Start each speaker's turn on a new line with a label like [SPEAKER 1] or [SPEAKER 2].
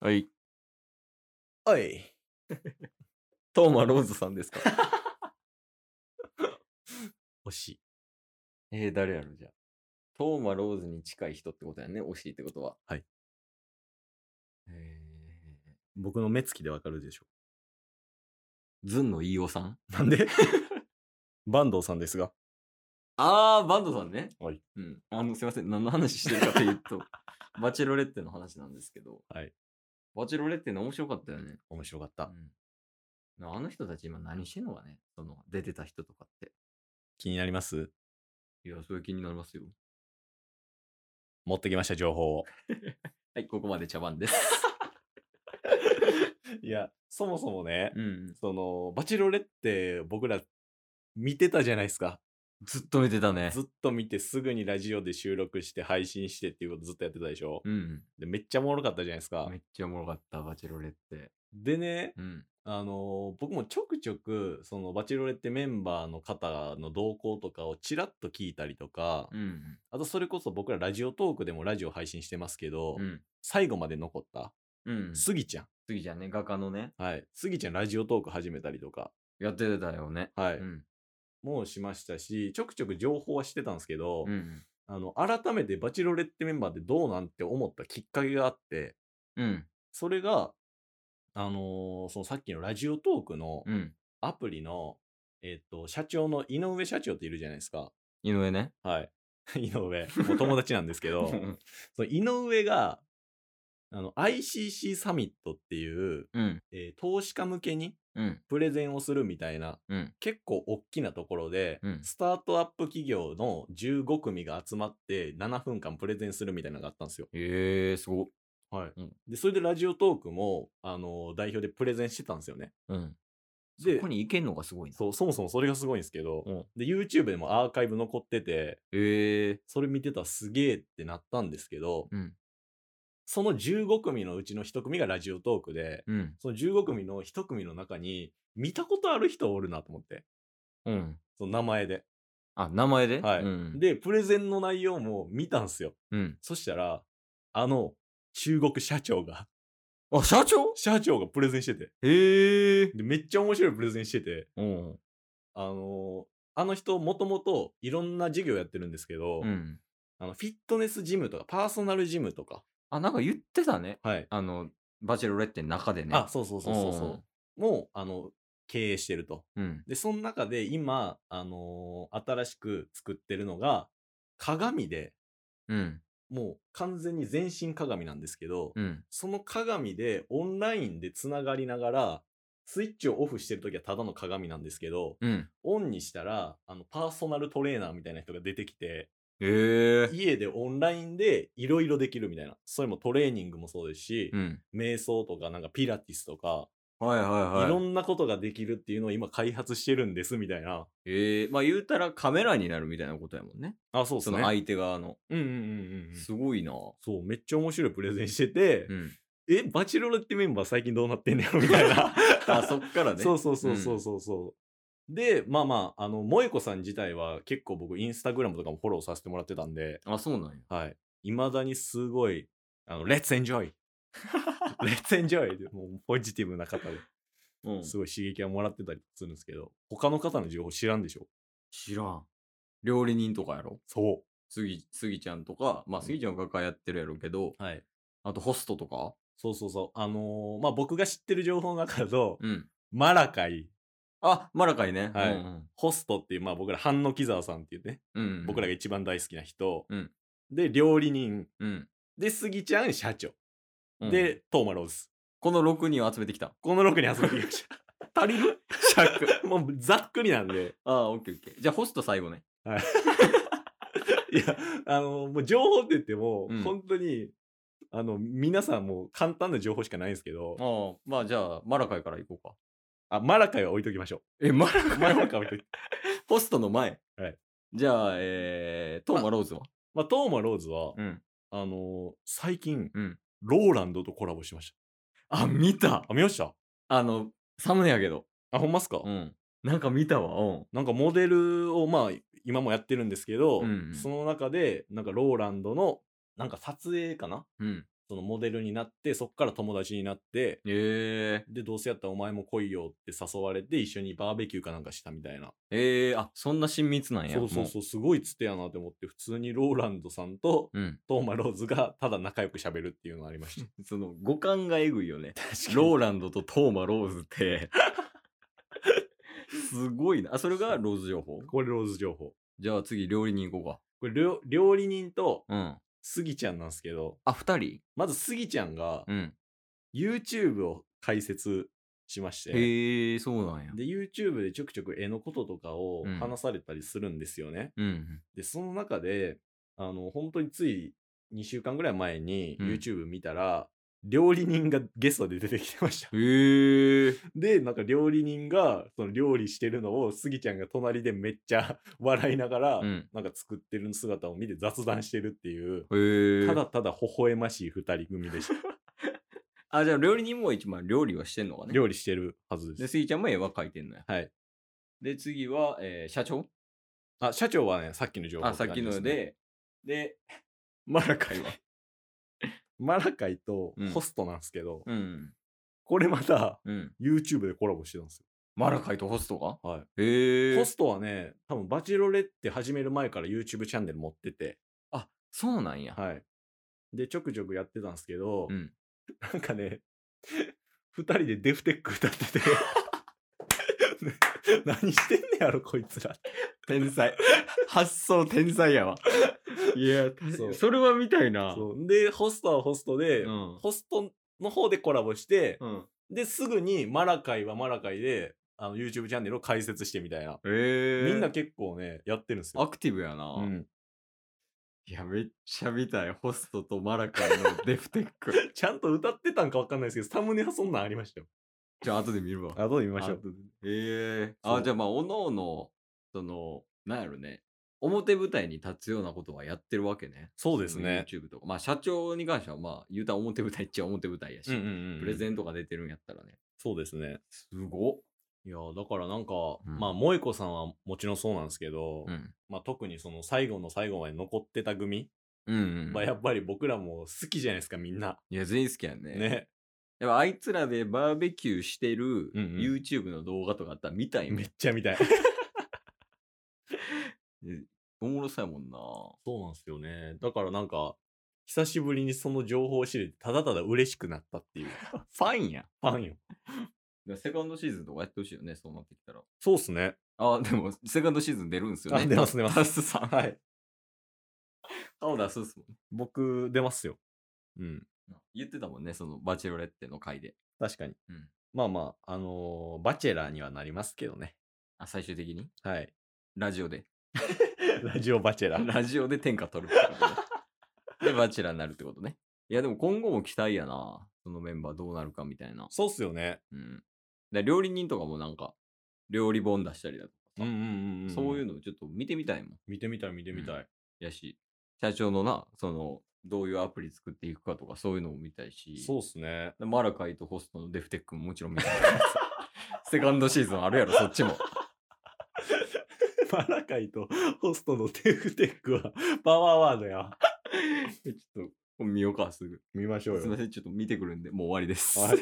[SPEAKER 1] はい。
[SPEAKER 2] おい。
[SPEAKER 1] トーマローズさん ですか
[SPEAKER 2] 惜しい。
[SPEAKER 1] えー、誰やろ、じゃあ。トーマローズに近い人ってことやね、惜しいってことは。
[SPEAKER 2] はい。
[SPEAKER 1] えー、
[SPEAKER 2] 僕の目つきでわかるでしょ。
[SPEAKER 1] ズンの飯尾さん
[SPEAKER 2] な んで坂東さんですが。
[SPEAKER 1] あー、バンドさんね。
[SPEAKER 2] はい。
[SPEAKER 1] うん。あの、すいません。何の話してるかという と、バチェロレッテの話なんですけど、
[SPEAKER 2] はい。
[SPEAKER 1] バチェロレッテの面白かったよね。
[SPEAKER 2] 面白かっ
[SPEAKER 1] う
[SPEAKER 2] た。
[SPEAKER 1] ん。なあの人たち今何してんのかねその、出てた人とかって。
[SPEAKER 2] 気になります
[SPEAKER 1] いや、そういう気になりますよ。
[SPEAKER 2] 持ってきました、情報を。
[SPEAKER 1] はい、ここまで茶番です。
[SPEAKER 2] いや、そもそもね、
[SPEAKER 1] うんうん。
[SPEAKER 2] その、バチロレって僕ら見てたじゃないですか。
[SPEAKER 1] ずっと見てたね。
[SPEAKER 2] ずっと見てすぐにラジオで収録して配信してっていうことずっとやってたでしょ、
[SPEAKER 1] うん
[SPEAKER 2] でめっちゃおもろかったじゃないです
[SPEAKER 1] う
[SPEAKER 2] か
[SPEAKER 1] ん。めっちゃおもろかった、バチェロレッテ。
[SPEAKER 2] でね
[SPEAKER 1] うん。
[SPEAKER 2] あのー僕もちょくちょくそのバチェロレってメンバーの方の動向とかをちらっと聞いたりとか、
[SPEAKER 1] うん
[SPEAKER 2] あとそれこそ僕らラジオトークでもラジオ配信してますけど、
[SPEAKER 1] うん。うん。
[SPEAKER 2] 最後まで残った、
[SPEAKER 1] うん。
[SPEAKER 2] スギちゃん
[SPEAKER 1] 次じゃんね、画家のね。
[SPEAKER 2] はいスギちゃんラジオトーク始めたりとか
[SPEAKER 1] やってたよね。
[SPEAKER 2] はい、
[SPEAKER 1] うん。
[SPEAKER 2] もうしましたしちょくちょく情報はしてたんですけど、
[SPEAKER 1] うん
[SPEAKER 2] あの改めてバチェロレってメンバーでどうなんて思ったきっかけがあって
[SPEAKER 1] うん。うん。
[SPEAKER 2] それがあのーそのさっきのラジオトークの
[SPEAKER 1] うん。
[SPEAKER 2] アプリの、えっと社長の井上社長っているじゃないですか
[SPEAKER 1] 井上ね。
[SPEAKER 2] はい 井上もう友達なんですけどその井上があの ICC サミットっていう、
[SPEAKER 1] うん。
[SPEAKER 2] えー投資家向けに
[SPEAKER 1] うん。
[SPEAKER 2] プレゼンをするみたいな
[SPEAKER 1] うん。
[SPEAKER 2] 結構大きなところで、
[SPEAKER 1] うん
[SPEAKER 2] スタートアップ企業の15組が集まって7分間プレゼンするみたいなのがあったんですよ。
[SPEAKER 1] ええー、すごっ。
[SPEAKER 2] はい
[SPEAKER 1] うん
[SPEAKER 2] でそれでラジオトークも、あの代表でプレゼンしてたんですよね。
[SPEAKER 1] うん。そ
[SPEAKER 2] で
[SPEAKER 1] こに行けんのがすごいな。
[SPEAKER 2] そうそもそもそれがすごいんですけど、
[SPEAKER 1] うん
[SPEAKER 2] で YouTube でもアーカイブ残ってて
[SPEAKER 1] ええー。
[SPEAKER 2] それ見てたらすげえってなったんですけど、
[SPEAKER 1] うん。
[SPEAKER 2] その15組のうちの1組がラジオトークで
[SPEAKER 1] うん。
[SPEAKER 2] その15組の1組の中に見たことある人おるなと思って
[SPEAKER 1] うん。
[SPEAKER 2] その名前で。
[SPEAKER 1] あ、名前で
[SPEAKER 2] はい
[SPEAKER 1] うん。
[SPEAKER 2] でプレゼンの内容も見たんすよ。
[SPEAKER 1] うん。
[SPEAKER 2] そしたら、あの、中国社長が、
[SPEAKER 1] あ、社長
[SPEAKER 2] 社長がプレゼンしてて、
[SPEAKER 1] ええー。
[SPEAKER 2] で、めっちゃ面白いプレゼンしてて、
[SPEAKER 1] うん。
[SPEAKER 2] あのーあの人、もともといろんな事業やってるんですけど、
[SPEAKER 1] うん。
[SPEAKER 2] あのフィットネスジムとか、パーソナルジムとか、
[SPEAKER 1] あ、なんか言ってたね。
[SPEAKER 2] はい。
[SPEAKER 1] あの、バチェロレッテの中でね。
[SPEAKER 2] あ、そうそうそうそうそう。もう、あの、経営してると。
[SPEAKER 1] うん。うん。
[SPEAKER 2] で、その中で今、あのー新しく作ってるのが、鏡で、
[SPEAKER 1] うん。
[SPEAKER 2] もう完全に全身鏡なんですけど、
[SPEAKER 1] うん。
[SPEAKER 2] その鏡でオンラインでつながりながら、スイッチをオフしてるときはただの鏡なんですけど、
[SPEAKER 1] うん。
[SPEAKER 2] オンにしたら、あの、パーソナルトレーナーみたいな人が出てきて、
[SPEAKER 1] ええー。
[SPEAKER 2] 家でオンラインでいろいろできるみたいな。それもトレーニングもそうですし、
[SPEAKER 1] うん。
[SPEAKER 2] 瞑想とかなんかピラティスとか、
[SPEAKER 1] はいはい
[SPEAKER 2] い
[SPEAKER 1] はい。
[SPEAKER 2] ろんなことができるっていうのを今開発してるんですみたいな。
[SPEAKER 1] ええまあ言うたらカメラになるみたいなことやもんね。
[SPEAKER 2] あ、そうで
[SPEAKER 1] その相手側の。
[SPEAKER 2] うんうんうんうん。
[SPEAKER 1] すごいな。
[SPEAKER 2] そう、めっちゃ面白いプレゼンしてて、
[SPEAKER 1] うん。
[SPEAKER 2] え、バチロレってメンバー最近どうなってんねやろみたいな。
[SPEAKER 1] あ、 そっからね。
[SPEAKER 2] そうそうそうそうそうそう。で、まあまあ、あの、萌子さん自体は結構僕、インスタグラムとかもフォローさせてもらってたんで、
[SPEAKER 1] あ、そうなんや。
[SPEAKER 2] はい。いまだにすごい、あの、Let's enjoy! Let's enjoy! でもうポジティブな方で、
[SPEAKER 1] うん。
[SPEAKER 2] すごい刺激はもらってたりするんですけど、他の方の情報知らんでしょ
[SPEAKER 1] 知らん。料理人とかやろ
[SPEAKER 2] そ
[SPEAKER 1] すぎ、すぎちゃんとか、まあすぎちゃんは画家やってるやろうけど、
[SPEAKER 2] う。はい。
[SPEAKER 1] あとホストとか
[SPEAKER 2] そうそうそう。あのーまあ僕が知ってる情報の中だと、
[SPEAKER 1] うん。
[SPEAKER 2] マラカイ、
[SPEAKER 1] あ、マラカイね。
[SPEAKER 2] はい
[SPEAKER 1] うん
[SPEAKER 2] ホストっていう、まあ僕ら、半野木沢さんっていうね、
[SPEAKER 1] うん。うんうん
[SPEAKER 2] 僕らが一番大好きな人、
[SPEAKER 1] うん
[SPEAKER 2] で、料理人、
[SPEAKER 1] うん。
[SPEAKER 2] で、スギちゃん社長。
[SPEAKER 1] うん、
[SPEAKER 2] で、トーマローズ。
[SPEAKER 1] この6人を集めてきた。
[SPEAKER 2] この6人遊びに来ました
[SPEAKER 1] 足りる尺。
[SPEAKER 2] もうざっくりなんで。
[SPEAKER 1] ああ、オッケーオッケー。じゃあホスト最後ね。
[SPEAKER 2] いや、あの、もう情報って言っても、
[SPEAKER 1] うん
[SPEAKER 2] 本当に、あの、皆さんもう簡単な情報しかないんですけど、
[SPEAKER 1] ああ、まあじゃあマラカイから行こうか。
[SPEAKER 2] あ、マラカイは置いときましょ
[SPEAKER 1] え、マラ
[SPEAKER 2] う。マラカイは置いと き。
[SPEAKER 1] ホストの前。
[SPEAKER 2] はい。
[SPEAKER 1] じゃあ、えー、トーマローズは、
[SPEAKER 2] まあ、トーマローズは、
[SPEAKER 1] うん。
[SPEAKER 2] あの、最近、
[SPEAKER 1] うん
[SPEAKER 2] ローランドとコラボしまし
[SPEAKER 1] あ、見た
[SPEAKER 2] た。あ、見ました
[SPEAKER 1] あの、サムネやけど。
[SPEAKER 2] あ、ほんまっすか、
[SPEAKER 1] うん。なんか見たわ。うん。
[SPEAKER 2] なんかモデルを、まあ、今もやってるんですけど、
[SPEAKER 1] うんうん
[SPEAKER 2] その中で、なんかローランドの、なんか撮影かな
[SPEAKER 1] うん。
[SPEAKER 2] そのモデルになって、そっから友達になって、
[SPEAKER 1] え
[SPEAKER 2] で、どうせやったらお前も来いよって誘われて、一緒にバーベキューかなんかしたみたいな。
[SPEAKER 1] ー、えー、あ、そんな親密なんや。
[SPEAKER 2] そうそう
[SPEAKER 1] も
[SPEAKER 2] そう、すごいつてやなって思って、普通にローランドさんと
[SPEAKER 1] う。うん。
[SPEAKER 2] トーマローズがただ仲良く喋るっていうのがありました。
[SPEAKER 3] その五感がえぐいよね。
[SPEAKER 1] ローランドとトーマ・ローズ って、
[SPEAKER 3] すごいな。あ、それがローズ情報
[SPEAKER 2] これローズ情報。
[SPEAKER 1] じゃあ次料理に行こ
[SPEAKER 2] これ料料理人と
[SPEAKER 1] うか。うん。
[SPEAKER 2] スギちゃんなんですけど、
[SPEAKER 1] あ、二人
[SPEAKER 2] まずスギちゃんが
[SPEAKER 1] うん。
[SPEAKER 2] YouTube を開設しまして、
[SPEAKER 1] へえー、そうなんや。
[SPEAKER 2] で、YouTube でちょくちょく絵のこととかを
[SPEAKER 1] うん
[SPEAKER 2] 話されたりするんですよね。
[SPEAKER 1] うん。
[SPEAKER 2] で、その中で、あの、本当につい2週間ぐらい前に
[SPEAKER 1] うん
[SPEAKER 2] YouTube 見たら、料理人がゲストで出てきてました。
[SPEAKER 1] へえー。
[SPEAKER 2] で、なんか料理人が、その料理してるのを、スギちゃんが隣でめっちゃ 笑いながら、
[SPEAKER 1] うん。
[SPEAKER 2] なんか作ってる姿を見て雑談してるっていう、
[SPEAKER 1] へえー。
[SPEAKER 2] ただただ微笑ましい二人組 でした。
[SPEAKER 1] あ、じゃあ料理人も一番料理はしてんのかね。
[SPEAKER 2] 料理してるはず
[SPEAKER 1] で、
[SPEAKER 2] です。
[SPEAKER 1] スギちゃんも絵は描いてんのや。
[SPEAKER 2] はい。
[SPEAKER 1] で、次は、えー社長
[SPEAKER 2] あ、社長はね、さっきの情報
[SPEAKER 1] あ、さっきの
[SPEAKER 2] って感じすね、
[SPEAKER 1] で、で、マラカイは。
[SPEAKER 2] マラカイと
[SPEAKER 1] うん
[SPEAKER 2] ホストなんですけど、
[SPEAKER 1] うん。
[SPEAKER 2] これまた
[SPEAKER 1] うん。
[SPEAKER 2] YouTube でコラボしてたんです
[SPEAKER 1] マラカイとホストか
[SPEAKER 2] よ。はい。
[SPEAKER 1] へえー。
[SPEAKER 2] ホストはね、多分バチェロレって始める前から YouTube チャンネル持ってて、
[SPEAKER 1] あ、そうなんや。
[SPEAKER 2] はい。で、ちょくちょくやってたんですけど、
[SPEAKER 1] うん。
[SPEAKER 2] なんかね、 二人でデフテック歌って て、何してんねやろ、こいつら。
[SPEAKER 1] 天才。 発想天才やわ。 いや、確かに
[SPEAKER 2] そう
[SPEAKER 1] それは見たいな。
[SPEAKER 2] そうで、ホストはホストで、
[SPEAKER 1] うん
[SPEAKER 2] ホストの方でコラボして、
[SPEAKER 1] うん。
[SPEAKER 2] で、すぐにマラカイはマラカイで、あの、YouTube チャンネルを開設してみたいな。
[SPEAKER 1] え
[SPEAKER 2] みんな結構ね、やってるんですよ。
[SPEAKER 1] アクティブやな。
[SPEAKER 2] うん、
[SPEAKER 1] いや、めっちゃ見たい。ホストとマラカイのデフテッ ク。
[SPEAKER 2] ちゃんと歌ってたんかわかんないですけど、サムネはそんなんありましたよ。
[SPEAKER 1] じゃあ、後で見るわ。
[SPEAKER 2] あ、どう見ま
[SPEAKER 1] あ
[SPEAKER 2] しょう。
[SPEAKER 1] とええ
[SPEAKER 2] そう
[SPEAKER 1] あ、じゃあまあ、おのおの、その、なんやろね、表舞台に立つようなことはやってるわけね。
[SPEAKER 2] そうですね。
[SPEAKER 1] YouTube とか。まあ、社長に関しては、まあ、言うたら表舞台っちゃ表舞台やし、プレゼ
[SPEAKER 2] ン
[SPEAKER 1] ンとか出てるんやったらね。
[SPEAKER 2] そうですね。
[SPEAKER 1] すごっ。
[SPEAKER 2] いやーだからなんか、
[SPEAKER 1] うん
[SPEAKER 2] まあ萌子さんはもちろんそうなんですけど、
[SPEAKER 1] うん。
[SPEAKER 2] まあ、特にその最後の最後まで残ってた組
[SPEAKER 1] うん、う
[SPEAKER 2] は
[SPEAKER 1] ん。
[SPEAKER 2] やっぱり僕らも好きじゃないですかみんない
[SPEAKER 1] や、全員好きやんね。
[SPEAKER 2] ね
[SPEAKER 1] やっぱあいつらでバーベキューしてる
[SPEAKER 2] うんうん
[SPEAKER 1] YouTube の動画とかあったら見たいもん
[SPEAKER 2] めっちゃ見 たい
[SPEAKER 1] おもろそうやもんな。
[SPEAKER 2] そうなんですよねだからなんか久しぶりにその情報を知れてただただ嬉しくなったっていう
[SPEAKER 1] ファンや。
[SPEAKER 2] ファンよ
[SPEAKER 1] でセカンドシーズンとかやってほしいよね、そうなってきたら。
[SPEAKER 2] そうっすね
[SPEAKER 1] あ、でも、セカンドシーズン出るんですよね。
[SPEAKER 2] あ出ます出ます
[SPEAKER 1] タスさん。
[SPEAKER 2] はい
[SPEAKER 1] 顔出すっすもんね。
[SPEAKER 2] 僕出ますようん
[SPEAKER 1] 言ってたもんね、そのバチェロレッテの回で。
[SPEAKER 2] 確かに、
[SPEAKER 1] うん
[SPEAKER 2] まあまああのーバチェラーにはなりますけどね
[SPEAKER 1] あ、最終的に
[SPEAKER 2] はい
[SPEAKER 1] ラジオで。
[SPEAKER 2] ラジオバチェラ ー
[SPEAKER 1] ラジオで天下取るってことね。で、バチェラーになるってことね。いや、でも今後も期待やな。そのメンバーどうなるかみたいな。
[SPEAKER 2] そうっすよね
[SPEAKER 1] うん。で料理人とかもなんか、料理本出したりだとかさ、
[SPEAKER 2] ん
[SPEAKER 1] そういう
[SPEAKER 2] の
[SPEAKER 1] のちょっと見てみたいもん。
[SPEAKER 2] 見てみたい見てみたい、
[SPEAKER 1] うんやし、社長のな、その、どういうアプリ作っていくかとか、そういうのも見たいし。
[SPEAKER 2] そうっす ね。
[SPEAKER 1] でマラカイとホストのデフテックももちろん見たい セカンドシーズンあるやろ、そっちも。
[SPEAKER 2] マラカイとホストのテフテックはパワーワード や。
[SPEAKER 1] ちょっと見ようか、すぐ。
[SPEAKER 2] 見ましょう
[SPEAKER 1] すいま
[SPEAKER 2] よ。
[SPEAKER 1] せん、ちょっと見てくるんで、もう終わりです。
[SPEAKER 2] はい